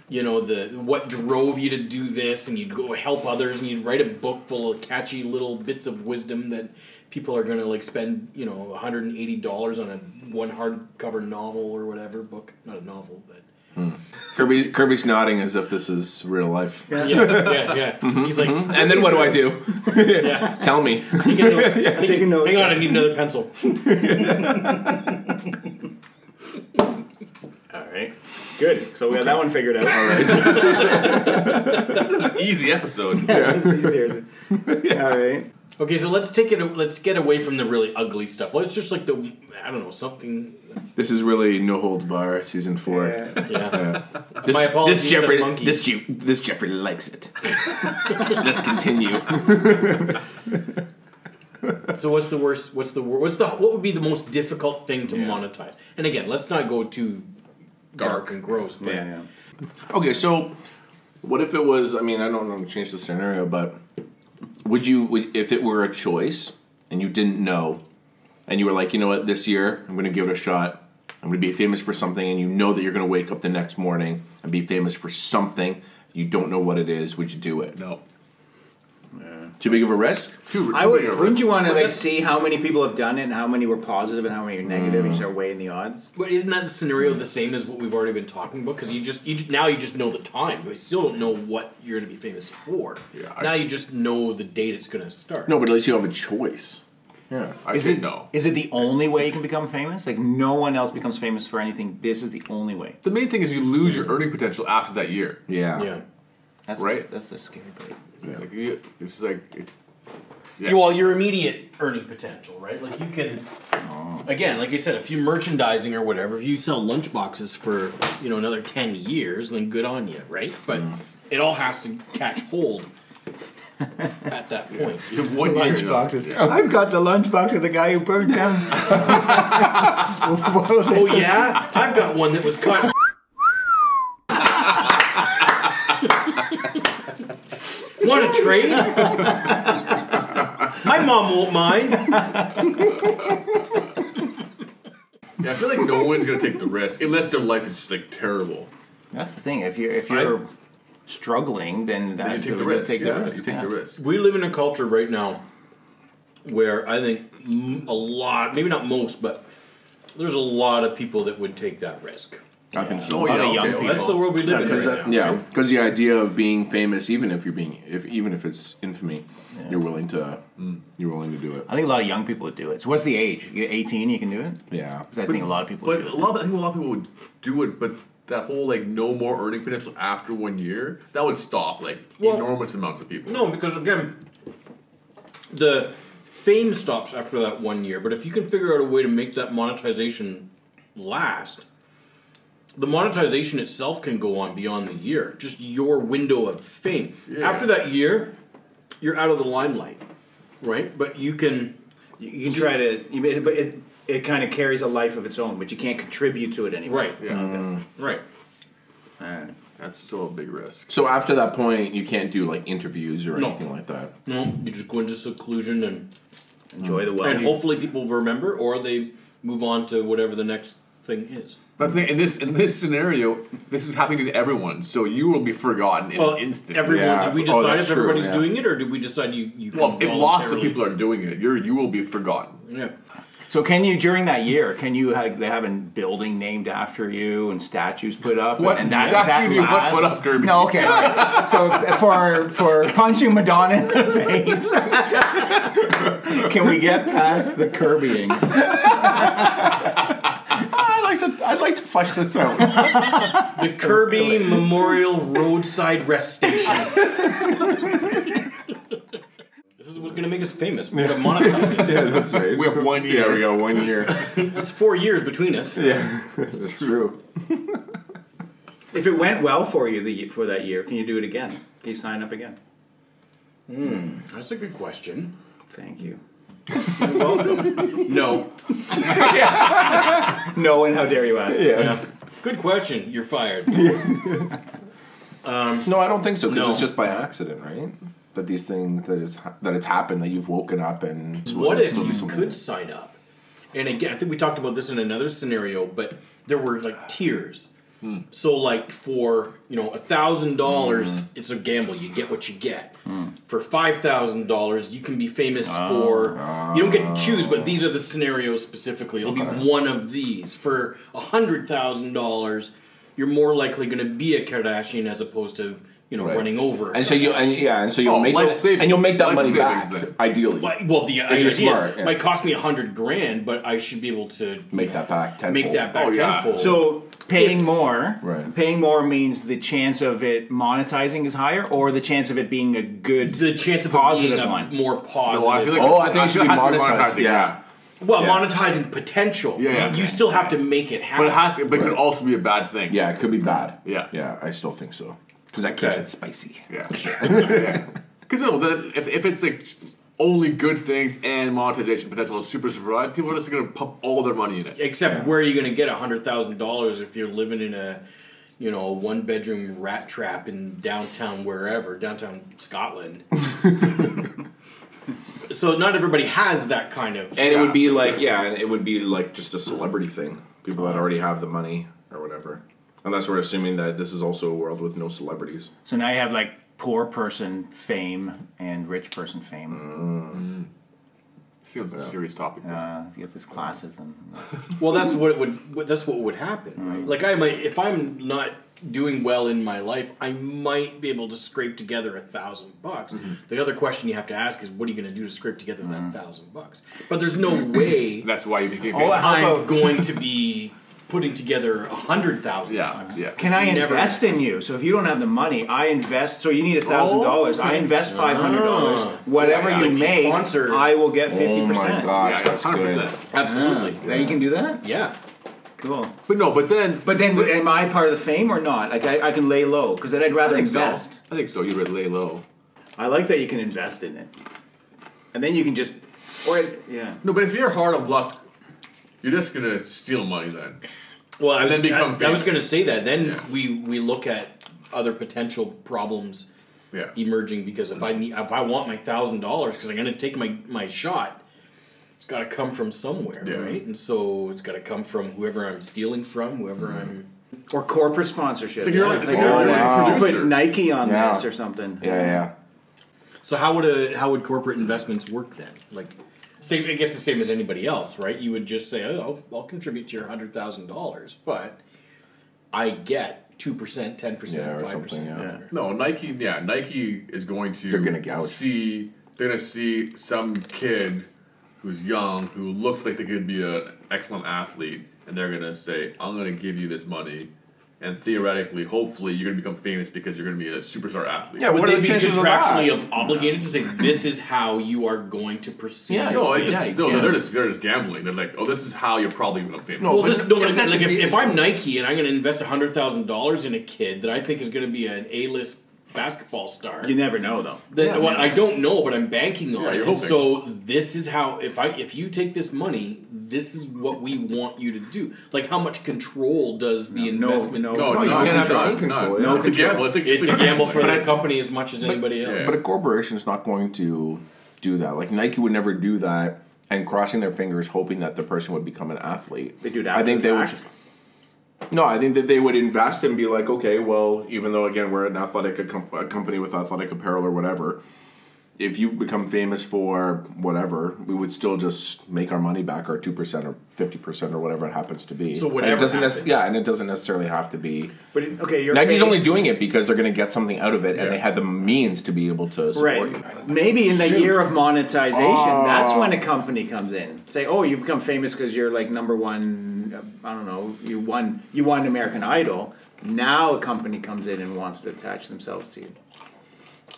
[SPEAKER 4] you know the what drove you to do this and you'd go help others and you'd write a book full of catchy little bits of wisdom that people are going to like spend you know 180 dollars on a one hardcover novel or whatever book not a novel but
[SPEAKER 1] Kirby Kirby's nodding as if this is real life.
[SPEAKER 4] yeah yeah yeah
[SPEAKER 1] Mm-hmm,
[SPEAKER 4] he's like
[SPEAKER 1] And then what do I do? Tell me.
[SPEAKER 4] Take a note. Take-
[SPEAKER 3] Take a note.
[SPEAKER 4] Hang on, I need another pencil.
[SPEAKER 3] All right, good. So we got that one figured out. All right.
[SPEAKER 2] this is an easy episode.
[SPEAKER 3] That's easier. All right.
[SPEAKER 4] Okay, so let's take it. Let's get away from the really ugly stuff. Let's just like the I don't know something.
[SPEAKER 1] This is really No Hold Bar season four.
[SPEAKER 3] Yeah.
[SPEAKER 4] Yeah.
[SPEAKER 1] This,
[SPEAKER 4] My apologies
[SPEAKER 1] this Jeffrey
[SPEAKER 4] to monkeys.
[SPEAKER 1] this, Jew, this Jeffrey likes it. Let's continue.
[SPEAKER 4] so what's the worst? What's the wor- what's the what would be the most difficult thing to monetize? And again, let's not go too dark, and gross. But
[SPEAKER 3] Yeah, yeah.
[SPEAKER 1] Okay, so what if it was? I mean, I don't want to change the scenario, but would you, would, if it were a choice and you didn't know, and you were like, you know what, this year I'm going to give it a shot. I'm going to be famous for something, and you know that you're going to wake up the next morning and be famous for something. You don't know what it is. Would you do it?
[SPEAKER 2] No.
[SPEAKER 1] Too big of a risk.
[SPEAKER 2] Too,
[SPEAKER 3] I
[SPEAKER 2] too
[SPEAKER 3] would.
[SPEAKER 2] big of a
[SPEAKER 3] Wouldn't
[SPEAKER 2] risk.
[SPEAKER 3] you want to like see how many people have done it and how many were positive and how many are negative? And you start weighing the odds.
[SPEAKER 4] But isn't that scenario the same as what we've already been talking about? Because you just you just, now you just know the time, but you still don't know what you're going to be famous for.
[SPEAKER 2] Yeah, I-
[SPEAKER 4] now you just know the date it's going to start.
[SPEAKER 1] No, but at least you have a choice. Yeah.
[SPEAKER 2] I say no.
[SPEAKER 3] Is it the only way you can become famous? Like no one else becomes famous for anything. This is the only way.
[SPEAKER 2] The main thing is you lose your earning potential after that year.
[SPEAKER 1] Yeah.
[SPEAKER 4] Yeah.
[SPEAKER 3] That's
[SPEAKER 2] Right.
[SPEAKER 3] that's the scary part.
[SPEAKER 2] Like, you- it's like it-
[SPEAKER 4] You- Well, your immediate earning potential, right? Like you can, again, like you said, if you merchandising or whatever, if you sell lunch boxes for you know another ten years, then good on you, right? But it all has to catch hold at that point.
[SPEAKER 2] The one year
[SPEAKER 4] Lunch
[SPEAKER 2] ago.
[SPEAKER 3] Boxes. I've got the lunchbox of the guy who burned down. Well,
[SPEAKER 4] Oh yeah, I've got one that was cut. Want a trade? My mom won't mind.
[SPEAKER 2] Yeah, I feel like no one's gonna take the risk unless their life is just like terrible.
[SPEAKER 3] That's the thing. If you're if you're struggling, then
[SPEAKER 2] You
[SPEAKER 3] that's
[SPEAKER 2] take the
[SPEAKER 3] way to
[SPEAKER 2] risk.
[SPEAKER 3] Take
[SPEAKER 2] yeah,
[SPEAKER 3] the risk.
[SPEAKER 2] you take
[SPEAKER 3] yeah.
[SPEAKER 2] the risk.
[SPEAKER 4] We live in a culture right now where I think m- a lot, maybe not most, but there's a lot of people that would take that risk.
[SPEAKER 1] I think so.
[SPEAKER 2] Oh
[SPEAKER 3] lot
[SPEAKER 2] yeah,
[SPEAKER 3] of
[SPEAKER 2] okay,
[SPEAKER 3] young
[SPEAKER 2] well,
[SPEAKER 4] That's the world we live in right now.
[SPEAKER 1] Yeah, because the idea of being famous, even if you're being, if even if it's infamy, you're willing to, you're willing to do it.
[SPEAKER 3] I think a lot of young people would do it. So what's the age? You're 18, you can do it.
[SPEAKER 1] Yeah,
[SPEAKER 3] 'Cause I think a lot of people.
[SPEAKER 2] But
[SPEAKER 3] would
[SPEAKER 2] a
[SPEAKER 3] do it.
[SPEAKER 2] lot of I think a lot of people would do it, but that whole like no more earning potential after one year that would stop like
[SPEAKER 4] Well-
[SPEAKER 2] enormous amounts of people.
[SPEAKER 4] No, because again, the fame stops after that one year. But if you can figure out a way to make that monetization last, the monetization itself can go on beyond the year. Just your window of fame. After that year, you're out of the limelight, right? But you can.
[SPEAKER 6] You can try to, you may, but it it kind of carries a life of its own, but you can't contribute to it anymore.
[SPEAKER 4] Right.
[SPEAKER 2] Yeah,
[SPEAKER 4] Right.
[SPEAKER 2] that's still a big risk.
[SPEAKER 1] So after that point, you can't do like interviews or
[SPEAKER 4] No.
[SPEAKER 1] anything like that.
[SPEAKER 4] No, you just go into seclusion and
[SPEAKER 6] Enjoy
[SPEAKER 2] Mm.
[SPEAKER 6] the
[SPEAKER 4] and
[SPEAKER 6] wealth.
[SPEAKER 4] hopefully people remember or they move on to whatever the next thing is.
[SPEAKER 2] That's the thing. in this in this scenario, this is happening to everyone, so you will be forgotten in
[SPEAKER 4] Well,
[SPEAKER 2] an instant.
[SPEAKER 4] Everyone,
[SPEAKER 1] Yeah.
[SPEAKER 4] did we
[SPEAKER 1] Oh,
[SPEAKER 4] decide
[SPEAKER 1] that's
[SPEAKER 4] if
[SPEAKER 1] true,
[SPEAKER 4] everybody's
[SPEAKER 1] yeah.
[SPEAKER 4] doing it, or did we decide you? you
[SPEAKER 2] well,
[SPEAKER 4] can
[SPEAKER 2] if lots of
[SPEAKER 4] voluntarily-
[SPEAKER 2] people are doing it, you're you will be forgotten.
[SPEAKER 4] yeah,
[SPEAKER 3] so can you during that year? Can you have, they have a building named after you and statues put up?
[SPEAKER 2] What
[SPEAKER 3] and that,
[SPEAKER 2] statue
[SPEAKER 3] that
[SPEAKER 2] do you want
[SPEAKER 3] lasts?
[SPEAKER 2] put up, Kirby?
[SPEAKER 3] No, okay. right. So for for punching Madonna in the face, can we get past the Kirbying?
[SPEAKER 1] I like to, I'd like to flush this out.
[SPEAKER 4] the Kirby Memorial Roadside Rest Station. this is what's going to make us famous. We're going to monetize it.
[SPEAKER 1] yeah, that's right.
[SPEAKER 2] We have one
[SPEAKER 1] yeah,
[SPEAKER 2] year.
[SPEAKER 1] we got one year.
[SPEAKER 4] That's four years between us.
[SPEAKER 1] yeah, that's, true.
[SPEAKER 6] If it went well for you the, for that year, can you do it again? Can you sign up again?
[SPEAKER 4] That's a good question.
[SPEAKER 6] Thank you.
[SPEAKER 4] No,
[SPEAKER 6] No, and how dare you ask?
[SPEAKER 1] Yeah.
[SPEAKER 4] good question. You're fired.
[SPEAKER 1] No, I don't think so. Because
[SPEAKER 4] No.
[SPEAKER 1] it's just by accident, right? That these things that is that it's happened that you've woken up and
[SPEAKER 4] What if
[SPEAKER 1] Still be
[SPEAKER 4] you
[SPEAKER 1] something.
[SPEAKER 4] could sign up? And again, I think we talked about this in another scenario, but there were like tiers.
[SPEAKER 1] Hmm.
[SPEAKER 4] So, like for you know a thousand
[SPEAKER 1] Hmm.
[SPEAKER 4] dollars, it's a gamble. You get what you get. For five thousand dollars, you can be famous
[SPEAKER 1] Ah.
[SPEAKER 4] for. You don't get to choose, but these are the scenarios specifically. It'll be one of these. For a hundred thousand dollars, you're more likely going to be a Kardashian as opposed to you know
[SPEAKER 1] Right.
[SPEAKER 4] running over.
[SPEAKER 1] And so you, and, yeah, and so you'll
[SPEAKER 2] Oh,
[SPEAKER 1] make
[SPEAKER 2] life
[SPEAKER 1] it-
[SPEAKER 2] savings.
[SPEAKER 1] and you'll make that
[SPEAKER 2] Life
[SPEAKER 1] money
[SPEAKER 2] savings
[SPEAKER 1] back,
[SPEAKER 2] then.
[SPEAKER 1] ideally.
[SPEAKER 4] But- well, the idea
[SPEAKER 1] you're
[SPEAKER 4] is,
[SPEAKER 1] smart, yeah.
[SPEAKER 4] might cost me a hundred grand, but I should be able to
[SPEAKER 1] Make that back tenfold.
[SPEAKER 4] make that back
[SPEAKER 2] Oh, yeah.
[SPEAKER 4] tenfold.
[SPEAKER 3] So paying
[SPEAKER 4] If-
[SPEAKER 3] more,
[SPEAKER 1] Right.
[SPEAKER 3] paying more means the chance of it monetizing is higher, or the chance of it being a good
[SPEAKER 4] the chance of
[SPEAKER 3] positive
[SPEAKER 4] positive being a
[SPEAKER 3] one.
[SPEAKER 4] more positive.
[SPEAKER 2] No, I feel like
[SPEAKER 1] Oh, I think it should be
[SPEAKER 2] has to
[SPEAKER 1] monetized. Yeah.
[SPEAKER 4] well,
[SPEAKER 1] yeah.
[SPEAKER 4] monetizing potential.
[SPEAKER 2] Yeah, yeah.
[SPEAKER 4] you still have to make it happen.
[SPEAKER 2] but it has. To, but it could
[SPEAKER 1] Right.
[SPEAKER 2] also be a bad thing.
[SPEAKER 1] Yeah, it could be bad.
[SPEAKER 2] Yeah.
[SPEAKER 1] Yeah, I still think so. Because that keeps
[SPEAKER 2] Okay.
[SPEAKER 1] it spicy.
[SPEAKER 2] Yeah. yeah. Because no, the, if, if it's like only good things and monetization potential is super super high, people are just going to pump all their money in it.
[SPEAKER 4] Except where are you going to get a hundred thousand dollars if you're living in a you know one bedroom rat trap in downtown wherever downtown Scotland. so not everybody has that kind of.
[SPEAKER 1] And it would be like, yeah, and it would be like just a celebrity thing. People that already have the money or whatever. Unless we're assuming that this is also a world with no celebrities.
[SPEAKER 3] So now you have like poor person fame and rich person fame.
[SPEAKER 2] Seems a serious topic.
[SPEAKER 3] Uh, you get this classism.
[SPEAKER 4] Well, that's what it would. what- That's what would happen. Right?
[SPEAKER 2] Mm-hmm.
[SPEAKER 4] Like I might, if I'm not doing well in my life, I might be able to scrape together a thousand bucks.
[SPEAKER 2] Mm-hmm.
[SPEAKER 4] The other question you have to ask is, what are you going to do to scrape together that thousand bucks? But there's no way
[SPEAKER 2] That's why you became
[SPEAKER 3] Oh,
[SPEAKER 2] famous.
[SPEAKER 3] I- How
[SPEAKER 4] I'm
[SPEAKER 3] about-
[SPEAKER 4] going to be putting together a hundred thousand
[SPEAKER 2] yeah,
[SPEAKER 4] bucks.
[SPEAKER 2] yeah.
[SPEAKER 3] Can I
[SPEAKER 4] never-
[SPEAKER 3] invest in you? So if you don't have the money, I invest. So you need a thousand dollars. I invest five hundred dollars. Whatever
[SPEAKER 4] Yeah,
[SPEAKER 3] you
[SPEAKER 4] like
[SPEAKER 3] make,
[SPEAKER 4] sponsored.
[SPEAKER 3] I will
[SPEAKER 1] Oh
[SPEAKER 3] get fifty percent.
[SPEAKER 2] yeah, yeah, 100%.
[SPEAKER 4] Absolutely.
[SPEAKER 3] Now you can do that.
[SPEAKER 4] Yeah.
[SPEAKER 3] Cool.
[SPEAKER 2] But no, but then,
[SPEAKER 3] But then, am I part of the fame or not? Like I, I can lay low because then I'd rather
[SPEAKER 2] I think so.
[SPEAKER 3] invest.
[SPEAKER 2] I think so. You would lay low.
[SPEAKER 3] I like that you can invest in it, and then you can just, or yeah,
[SPEAKER 2] No, but if you're hard of luck, you're just gonna steal money then.
[SPEAKER 4] Well, I was,
[SPEAKER 2] then become
[SPEAKER 4] I, I was
[SPEAKER 2] famous.
[SPEAKER 4] going to say that. Then
[SPEAKER 2] Yeah.
[SPEAKER 4] we we look at other potential problems
[SPEAKER 2] Yeah.
[SPEAKER 4] emerging because if I need if I want my thousand dollars because I'm going to take my my shot, it's got to come from somewhere,
[SPEAKER 2] Yeah.
[SPEAKER 4] right? And so it's got to come from whoever I'm stealing from, whoever
[SPEAKER 1] Mm-hmm.
[SPEAKER 4] I'm.
[SPEAKER 3] or corporate sponsorship.
[SPEAKER 2] Like you're
[SPEAKER 3] Yeah.
[SPEAKER 2] like, it's
[SPEAKER 3] Like,
[SPEAKER 2] like you're
[SPEAKER 1] Oh,
[SPEAKER 2] like a
[SPEAKER 1] wow.
[SPEAKER 2] producer.
[SPEAKER 3] put Nike on
[SPEAKER 1] Yeah.
[SPEAKER 3] this or something.
[SPEAKER 1] Yeah, yeah.
[SPEAKER 4] So how would a how would corporate investments work then? Like, same I guess the same as anybody else, right? You would just say, "Oh, I'll contribute to your hundred thousand dollars, but I get two percent, ten
[SPEAKER 1] Yeah,
[SPEAKER 4] percent,
[SPEAKER 1] or
[SPEAKER 4] five
[SPEAKER 1] something,
[SPEAKER 4] percent,
[SPEAKER 1] yeah.
[SPEAKER 4] whatever."
[SPEAKER 2] No, Nike. Yeah, Nike is going to.
[SPEAKER 1] They're gonna gouge.
[SPEAKER 2] See, they're gonna see some kid who's young who looks like they could be an excellent athlete, and they're gonna say, "I'm gonna give you this money." And theoretically, hopefully, you're gonna become famous because you're gonna be a superstar athlete.
[SPEAKER 1] Yeah, what
[SPEAKER 4] Would
[SPEAKER 1] are
[SPEAKER 4] they
[SPEAKER 1] the
[SPEAKER 4] be
[SPEAKER 1] chances of that?
[SPEAKER 4] contractually ob- obligated to say this is how you are going to pursue?
[SPEAKER 1] Yeah,
[SPEAKER 2] No,
[SPEAKER 4] your
[SPEAKER 2] it's just,
[SPEAKER 1] Yeah, you
[SPEAKER 2] no,
[SPEAKER 1] can.
[SPEAKER 2] they're just they're just gambling. They're like, oh, this is how you'll probably become famous.
[SPEAKER 1] No,
[SPEAKER 4] Well,
[SPEAKER 1] but
[SPEAKER 4] this,
[SPEAKER 1] if-
[SPEAKER 4] no,
[SPEAKER 1] Oh, if
[SPEAKER 4] like,
[SPEAKER 1] that's
[SPEAKER 4] like,
[SPEAKER 1] a
[SPEAKER 4] if, if
[SPEAKER 1] business-
[SPEAKER 4] I'm Nike and I'm going to invest hundred thousand dollars in a kid that I think is going to be an A-list basketball star,
[SPEAKER 3] You never know though.
[SPEAKER 4] then well, I don't know, but I'm banking on
[SPEAKER 2] Yeah,
[SPEAKER 4] it.
[SPEAKER 2] you're
[SPEAKER 4] And
[SPEAKER 2] hoping.
[SPEAKER 4] so this is how if I if you take this money, this is what we want you to do. Like, how much control does the
[SPEAKER 3] No,
[SPEAKER 4] investment?
[SPEAKER 3] no,
[SPEAKER 2] no,
[SPEAKER 1] No, you
[SPEAKER 2] no,
[SPEAKER 1] can't have
[SPEAKER 2] no,
[SPEAKER 1] any control,
[SPEAKER 2] No,
[SPEAKER 1] yeah.
[SPEAKER 2] it's a gamble. It's a,
[SPEAKER 4] It's a gamble for
[SPEAKER 2] But
[SPEAKER 4] the company as much as anybody else.
[SPEAKER 1] But a corporation's not going to do that. Like Nike would never do that and crossing their fingers hoping that the person would become an athlete.
[SPEAKER 3] They do it
[SPEAKER 1] I
[SPEAKER 3] after
[SPEAKER 1] think
[SPEAKER 3] the
[SPEAKER 1] they
[SPEAKER 3] fact.
[SPEAKER 1] would No, I think that they would invest and be like, "Okay, well, even though again we're an athletic a, com- a company with athletic apparel or whatever, if you become famous for whatever, we would still just make our money back our 2% or 50% or whatever it happens to be."
[SPEAKER 4] So
[SPEAKER 1] And
[SPEAKER 4] whatever
[SPEAKER 1] it doesn't nec-
[SPEAKER 4] happens.
[SPEAKER 1] yeah, and it doesn't necessarily have to be
[SPEAKER 3] But it- okay, you're
[SPEAKER 1] Nike's
[SPEAKER 3] saying-
[SPEAKER 1] only doing it because they're going to get something out of it, and
[SPEAKER 2] Yeah.
[SPEAKER 1] they had the means to be able to support you.
[SPEAKER 3] right. Maybe in the year of monetization, that's when a company comes in. Say, oh, you become famous because you're like number one. uh, I don't know. You won. You won American Idol. Now a company comes in and wants to attach themselves to you.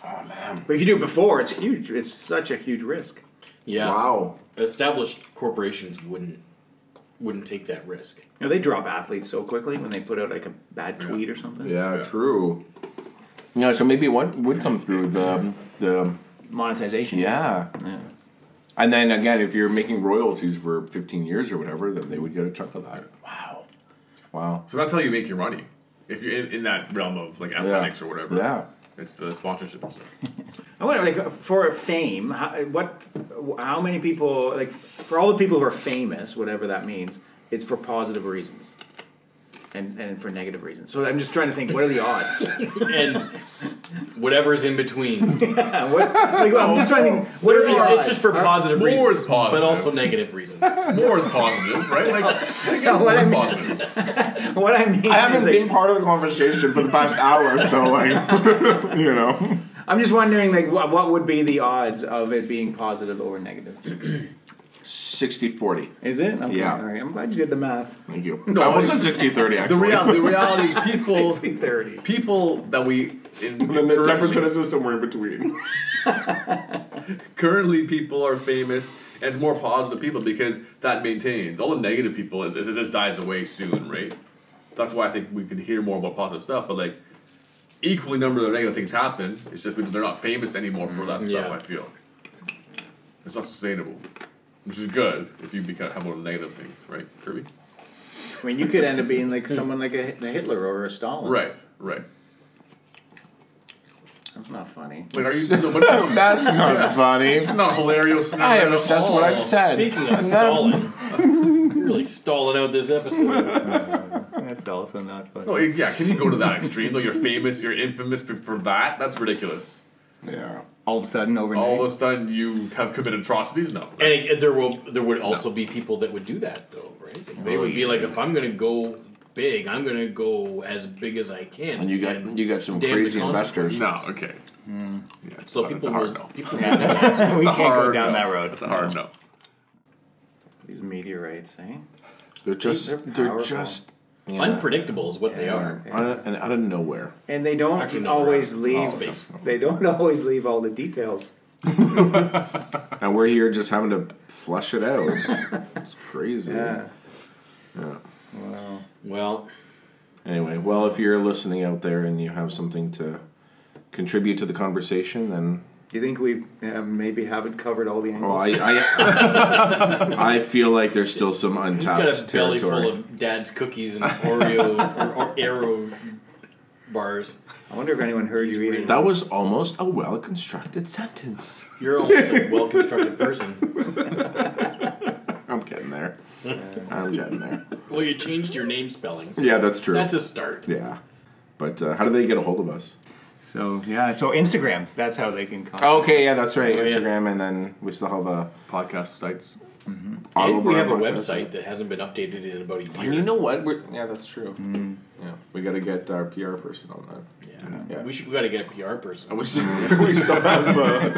[SPEAKER 1] Oh man!
[SPEAKER 3] But if you do it before, it's huge. It's such a huge risk.
[SPEAKER 4] yeah.
[SPEAKER 1] Wow.
[SPEAKER 4] Established corporations wouldn't wouldn't take that risk.
[SPEAKER 3] You know, they drop athletes so quickly when they put out like a bad tweet or something.
[SPEAKER 1] Yeah,
[SPEAKER 2] Yeah.
[SPEAKER 1] True. Yeah. So maybe what would come through the the
[SPEAKER 3] Monetization.
[SPEAKER 1] yeah. And then again, if you're making royalties for 15 years or whatever, then they would get a chunk of that. Wow. Wow.
[SPEAKER 2] So that's how you make your money. If you're in, in that realm of like athletics or whatever.
[SPEAKER 1] Yeah.
[SPEAKER 2] It's the sponsorship and stuff.
[SPEAKER 3] I wonder, like, for fame, how, what, how many people, like, for all the people who are famous, whatever that means, it's for positive reasons, and and for negative reasons. So I'm just trying to think, what are the odds?
[SPEAKER 4] And whatever's in between.
[SPEAKER 3] And what, like, I'm just trying to think, what are the
[SPEAKER 4] It's, it's
[SPEAKER 3] odds?
[SPEAKER 4] just for positive
[SPEAKER 2] more
[SPEAKER 4] reasons,
[SPEAKER 2] is positive.
[SPEAKER 4] but also negative reasons.
[SPEAKER 2] More is positive, right? Like, like
[SPEAKER 3] No, what
[SPEAKER 2] more
[SPEAKER 3] I
[SPEAKER 2] is
[SPEAKER 3] mean-
[SPEAKER 2] positive.
[SPEAKER 3] what I mean
[SPEAKER 1] I haven't
[SPEAKER 3] is, like,
[SPEAKER 1] been part of the conversation for the past hour, so like, you know.
[SPEAKER 3] I'm just wondering, like, what, what would be the odds of it being positive over negative?
[SPEAKER 1] 60 40.
[SPEAKER 3] Is it? Okay,
[SPEAKER 1] Yeah.
[SPEAKER 3] All right. I'm glad you did the math.
[SPEAKER 1] Thank you. No, I almost said 60 30,
[SPEAKER 2] The,
[SPEAKER 1] actually.
[SPEAKER 2] real, the reality is people,
[SPEAKER 3] 60-30.
[SPEAKER 2] people that we in,
[SPEAKER 1] and then the
[SPEAKER 2] currently,
[SPEAKER 1] 10% is somewhere in between.
[SPEAKER 2] currently people are famous. And it's more positive people because that maintains all the negative people. Is, is, it just dies away soon, right? That's why I think we could hear more about positive stuff. But like, equally number of negative things happen. It's just we- they're not famous anymore for
[SPEAKER 3] Mm-hmm.
[SPEAKER 2] that stuff.
[SPEAKER 4] yeah.
[SPEAKER 2] I feel it's not sustainable, which is good if you become have more negative things, right, Kirby?
[SPEAKER 3] I mean, you could end up being like someone like a, a Hitler or a Stalin.
[SPEAKER 2] Right, right.
[SPEAKER 3] That's not funny.
[SPEAKER 2] Like, are you? No, but
[SPEAKER 1] That's not funny.
[SPEAKER 2] it's not hilarious.
[SPEAKER 1] I have assessed what I've
[SPEAKER 4] Oh,
[SPEAKER 1] said.
[SPEAKER 4] Speaking of
[SPEAKER 1] And that's-
[SPEAKER 4] Stalin, you're really stalling out this episode.
[SPEAKER 3] That's also not funny.
[SPEAKER 2] No, yeah. Can you go to that extreme? Though you're famous, you're infamous for- for that. That's ridiculous.
[SPEAKER 1] Yeah.
[SPEAKER 3] All of a sudden, overnight.
[SPEAKER 2] All of a sudden, you have committed atrocities. No,
[SPEAKER 4] And it, there will there would also be people that would do that though, right? Like,
[SPEAKER 1] Oh,
[SPEAKER 4] they would be like, if I'm going to go big, I'm going to go as big as I can.
[SPEAKER 1] And you got you got some
[SPEAKER 4] Damn the
[SPEAKER 1] crazy investors.
[SPEAKER 2] no, okay.
[SPEAKER 1] Hmm.
[SPEAKER 2] Yeah, it's
[SPEAKER 4] so
[SPEAKER 2] a- it's
[SPEAKER 4] people
[SPEAKER 2] a hard
[SPEAKER 4] will,
[SPEAKER 2] no.
[SPEAKER 4] people will
[SPEAKER 3] we
[SPEAKER 2] It's a
[SPEAKER 3] can't go
[SPEAKER 2] hard
[SPEAKER 3] down
[SPEAKER 2] no.
[SPEAKER 3] that road.
[SPEAKER 2] It's a hard no.
[SPEAKER 3] These meteorites, eh?
[SPEAKER 1] They're just
[SPEAKER 3] They're
[SPEAKER 1] they're,
[SPEAKER 3] powerful.
[SPEAKER 1] just
[SPEAKER 4] unpredictable is what they are.
[SPEAKER 1] out of- and out of nowhere.
[SPEAKER 3] And they don't
[SPEAKER 4] Actually, no,
[SPEAKER 3] always
[SPEAKER 4] they're
[SPEAKER 3] leave.
[SPEAKER 4] out. Space.
[SPEAKER 3] They don't always leave all the details.
[SPEAKER 1] And we're here just having to flush it out. it's crazy. Yeah.
[SPEAKER 4] Well,
[SPEAKER 1] Anyway, well, if you're listening out there and you have something to contribute to the conversation, then
[SPEAKER 6] Do you think we uh, maybe haven't covered all the
[SPEAKER 3] Oh,
[SPEAKER 6] angles?
[SPEAKER 1] Well, I, I, I feel like there's still some untapped
[SPEAKER 4] He's got a belly
[SPEAKER 1] territory.
[SPEAKER 4] full of dad's cookies and Oreo or, or Aero bars.
[SPEAKER 6] I wonder if anyone heard you eating.
[SPEAKER 1] that was almost a well constructed sentence.
[SPEAKER 4] You're almost a well constructed person.
[SPEAKER 1] I'm getting there. I'm getting there.
[SPEAKER 4] Well, you changed your name spellings.
[SPEAKER 1] Yeah, that's true.
[SPEAKER 4] That's a start.
[SPEAKER 1] yeah. But uh, how do they get a hold of us?
[SPEAKER 3] So yeah, so Instagram. That's how they can contact.
[SPEAKER 1] Okay, yeah, that's right.
[SPEAKER 4] Oh, yeah.
[SPEAKER 1] Instagram, and then we still have uh, a
[SPEAKER 2] podcast sites.
[SPEAKER 1] all
[SPEAKER 4] And
[SPEAKER 1] over
[SPEAKER 4] we
[SPEAKER 1] our
[SPEAKER 4] have a
[SPEAKER 1] podcasts.
[SPEAKER 4] website that hasn't been updated in about a
[SPEAKER 1] And you
[SPEAKER 4] year.
[SPEAKER 1] know what? We're, yeah, that's true. Yeah, Mm-hmm. we got to get our PR person on that.
[SPEAKER 4] Yeah.
[SPEAKER 1] Yeah.
[SPEAKER 4] We should. We got to get a PR person.
[SPEAKER 1] Oh, We still, we still have.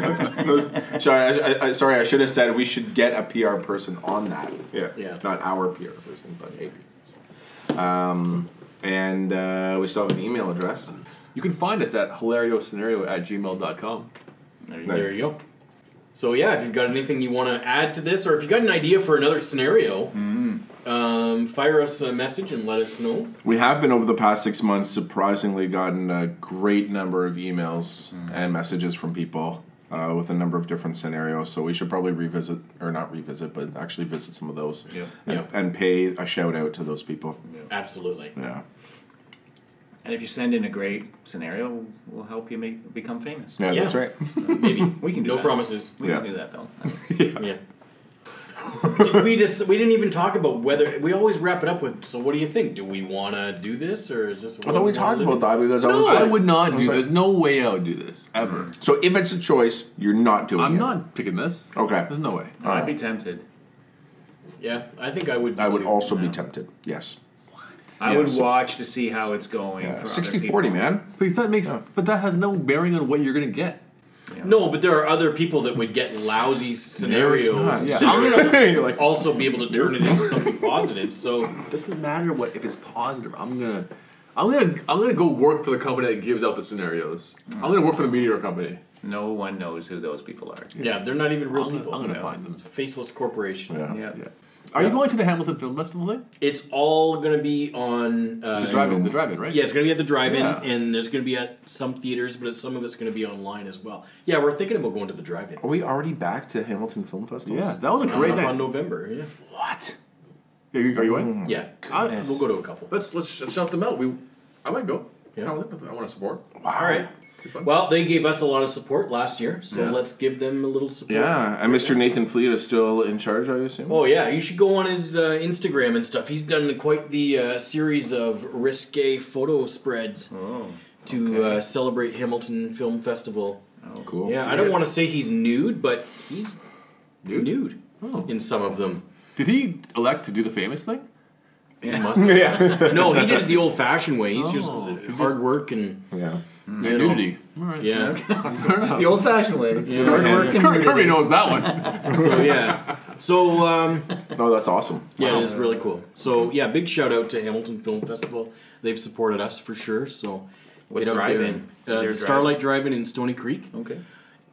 [SPEAKER 1] Uh, those, sorry, I, I, sorry, I should have said we should get a PR person on that. Yeah,
[SPEAKER 4] Yeah.
[SPEAKER 1] Not our PR person, but a PR person. Um, and uh, we still have an email address.
[SPEAKER 2] You can find us at hilarioscenario at gmail.com.
[SPEAKER 4] There you go. So yeah, if you've got anything you want to add to this, or if you got an idea for another scenario, um, fire us a message and let us know.
[SPEAKER 1] We have been over the past six months surprisingly gotten a great number of emails and messages from people uh, with a number of different scenarios. So we should probably revisit, or not revisit, but actually visit some of those.
[SPEAKER 2] Yeah.
[SPEAKER 1] And,
[SPEAKER 4] Yeah.
[SPEAKER 1] and pay a shout out to those people. Yeah.
[SPEAKER 4] Absolutely.
[SPEAKER 1] Yeah.
[SPEAKER 3] And if you send in a great scenario, we'll help you make become famous.
[SPEAKER 4] Yeah.
[SPEAKER 1] that's right.
[SPEAKER 4] Maybe
[SPEAKER 3] We can do
[SPEAKER 4] no
[SPEAKER 3] that.
[SPEAKER 4] promises.
[SPEAKER 3] We
[SPEAKER 1] Yeah.
[SPEAKER 3] can do that though.
[SPEAKER 4] Yeah. we just we didn't even talk about whether we always wrap it up with. So what do you think? Do we want to do this or is this?
[SPEAKER 1] I thought we talked about that because I was
[SPEAKER 2] No,
[SPEAKER 1] like,
[SPEAKER 2] I would not do
[SPEAKER 1] was
[SPEAKER 2] this.
[SPEAKER 1] like-
[SPEAKER 2] There's no way I would do this ever.
[SPEAKER 1] So if it's a choice, you're not doing
[SPEAKER 2] I'm
[SPEAKER 1] it.
[SPEAKER 2] not picking this.
[SPEAKER 1] Okay.
[SPEAKER 2] There's no way.
[SPEAKER 3] I'd be tempted.
[SPEAKER 4] Yeah, I think I would.
[SPEAKER 1] I would
[SPEAKER 4] too.
[SPEAKER 1] also be tempted. Yes.
[SPEAKER 3] I
[SPEAKER 1] Yeah,
[SPEAKER 3] would
[SPEAKER 1] so-
[SPEAKER 3] watch to see how it's going.
[SPEAKER 1] Yeah.
[SPEAKER 3] for
[SPEAKER 1] 60
[SPEAKER 3] other
[SPEAKER 1] 40,
[SPEAKER 3] people.
[SPEAKER 1] man.
[SPEAKER 2] Because that makes, but that has no bearing on what you're gonna get.
[SPEAKER 4] No, but there are other people that would get lousy scenarios.
[SPEAKER 1] Yeah.
[SPEAKER 4] that would
[SPEAKER 1] You're like,
[SPEAKER 4] Also, be able to turn it into something positive. So
[SPEAKER 2] It doesn't matter what if it's positive. I'm gonna, I'm gonna, I'm gonna go work for the company that gives out the scenarios. I'm gonna work for the meteor company.
[SPEAKER 3] No one knows who those people are.
[SPEAKER 4] yeah, they're not even real
[SPEAKER 2] I'm
[SPEAKER 4] people.
[SPEAKER 2] gonna, I'm gonna
[SPEAKER 4] Yeah.
[SPEAKER 2] find them.
[SPEAKER 4] Faceless corporation.
[SPEAKER 1] "Oh, yeah.
[SPEAKER 3] Yeah.
[SPEAKER 2] Are you going to the Hamilton Film Festival thing?
[SPEAKER 4] It's all gonna be on. Uh,
[SPEAKER 2] The drive-in, the drive-in, right?
[SPEAKER 4] Yeah, it's gonna be at the drive-in,
[SPEAKER 2] Yeah.
[SPEAKER 4] and there's gonna be at some theaters, but it's, some of it's gonna be online as well. Yeah, we're thinking about going to the drive-in.
[SPEAKER 1] Are we already back to Hamilton Film Festival?
[SPEAKER 2] Yeah, that was a
[SPEAKER 4] Coming
[SPEAKER 2] great
[SPEAKER 4] up
[SPEAKER 2] night.
[SPEAKER 4] on November. Yeah, Mm-hmm.
[SPEAKER 1] What?
[SPEAKER 2] Are you, are you going?
[SPEAKER 4] yeah.
[SPEAKER 2] I-
[SPEAKER 4] We'll go to a couple.
[SPEAKER 2] Let's let's sh- shout them out. We, I might go.
[SPEAKER 4] Yeah.
[SPEAKER 2] I want to support.
[SPEAKER 4] All right. Well, they gave us a lot of support last year, so
[SPEAKER 2] Yeah.
[SPEAKER 4] let's give them a little support.
[SPEAKER 1] Yeah, and Mr. Nathan Fleet is still in charge, I assume.
[SPEAKER 4] Oh yeah, you should go on his uh, Instagram and stuff. He's done quite the uh, series of risque photo spreads to uh, celebrate Hamilton Film Festival.
[SPEAKER 1] cool.
[SPEAKER 4] Yeah, I don't want to say he's nude, but he's
[SPEAKER 2] Nude?
[SPEAKER 4] nude in some of them.
[SPEAKER 2] Did he elect to do the famous thing?
[SPEAKER 4] He must have. no, he did it the old-fashioned way. He's just
[SPEAKER 2] Oh,
[SPEAKER 4] hard
[SPEAKER 2] he just-
[SPEAKER 4] work and
[SPEAKER 1] Yeah.
[SPEAKER 2] Yeah, nudity.
[SPEAKER 4] Mm-hmm. yeah.
[SPEAKER 2] Fair enough.
[SPEAKER 6] The old-fashioned way.
[SPEAKER 4] yeah.
[SPEAKER 2] Kirby Kirby knows that one.
[SPEAKER 4] So yeah. So um,
[SPEAKER 1] Oh, that's awesome.
[SPEAKER 4] Yeah, it is really cool. So yeah, big shout out to Hamilton Film Festival. They've supported us for sure. So get out there.
[SPEAKER 3] drive-in?
[SPEAKER 4] and-
[SPEAKER 3] Is there a
[SPEAKER 4] Uh, the
[SPEAKER 3] drive-in?
[SPEAKER 4] Starlight Drive-in in Stony Creek,
[SPEAKER 6] Okay.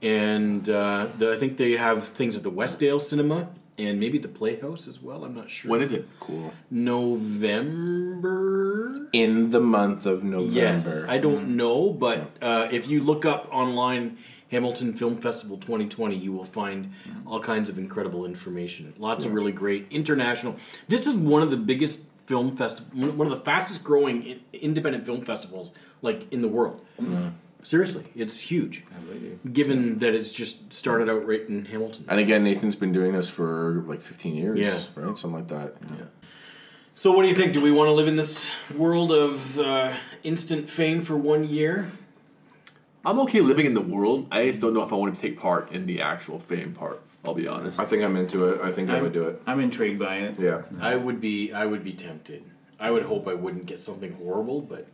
[SPEAKER 4] and uh, the, I think they have things at the Westdale Cinema and maybe the Playhouse as well. I'm not sure.
[SPEAKER 2] When is it?
[SPEAKER 1] Cool.
[SPEAKER 4] November?
[SPEAKER 1] In the month of November.
[SPEAKER 4] Yes, I don't know, but uh, if you look up online Hamilton Film Festival 2020, you will find all kinds of incredible information. Lots of really great international. This is one of the biggest film festival, one of the fastest growing in- independent film festivals like in the world. Seriously, it's huge. Given that it's just started out right in Hamilton.
[SPEAKER 1] and again, Nathan's been doing this for like 15 years,
[SPEAKER 4] Yeah.
[SPEAKER 1] right? Something like that. Yeah.
[SPEAKER 4] So, what do you think? Do we want to live in this world of uh, instant fame for one year?
[SPEAKER 2] I'm okay living in the world. I just don't know if I want to take part in the actual fame part. I'll be honest.
[SPEAKER 1] I think I'm into it. I think i
[SPEAKER 3] I'm-
[SPEAKER 1] would do it.
[SPEAKER 3] I'm intrigued by it.
[SPEAKER 1] Yeah.
[SPEAKER 4] I would be I would be tempted. I would hope I wouldn't get something horrible, but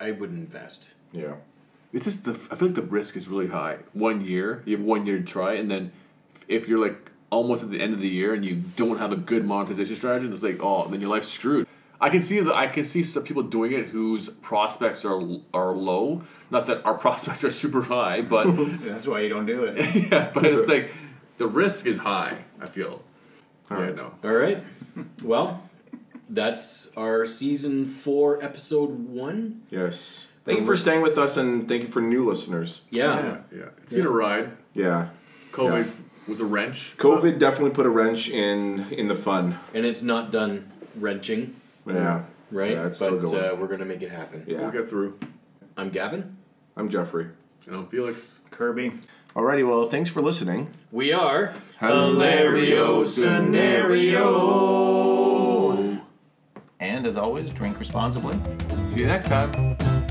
[SPEAKER 4] I would invest.
[SPEAKER 1] Yeah.
[SPEAKER 2] It's just the I feel like the risk is really high. One year, you have one year to try, and then if you're like almost at the end of the year and you don't have a good monetization strategy, it's like oh, then your life's screwed. I can see that I can see some people doing it whose prospects are are low. Not that our prospects are super high, but
[SPEAKER 3] That's why you don't do it.
[SPEAKER 2] yeah, but it's like the risk is high. I feel. yeah, no.
[SPEAKER 4] All right. Well, that's our season 4 episode 1.
[SPEAKER 1] Yes. Thank you for staying with us, and thank you for new listeners.
[SPEAKER 4] Yeah.
[SPEAKER 2] Yeah, yeah. It's been a ride.
[SPEAKER 1] Yeah,
[SPEAKER 2] COVID
[SPEAKER 1] Yeah.
[SPEAKER 2] was a wrench.
[SPEAKER 1] COVID definitely put a wrench in in the fun.
[SPEAKER 4] and it's not done wrenching,
[SPEAKER 1] Yeah,
[SPEAKER 4] right?
[SPEAKER 1] Yeah, it's still
[SPEAKER 4] but
[SPEAKER 1] going.
[SPEAKER 4] uh, we're gonna make it happen.
[SPEAKER 1] yeah.
[SPEAKER 2] We'll get through.
[SPEAKER 4] I'm Gavin.
[SPEAKER 1] I'm Jeffrey.
[SPEAKER 2] And I'm Felix.
[SPEAKER 6] Kirby.
[SPEAKER 1] Alrighty, well, thanks for listening.
[SPEAKER 4] We are
[SPEAKER 1] Hilario
[SPEAKER 6] And as always, drink responsibly.
[SPEAKER 2] See you next time.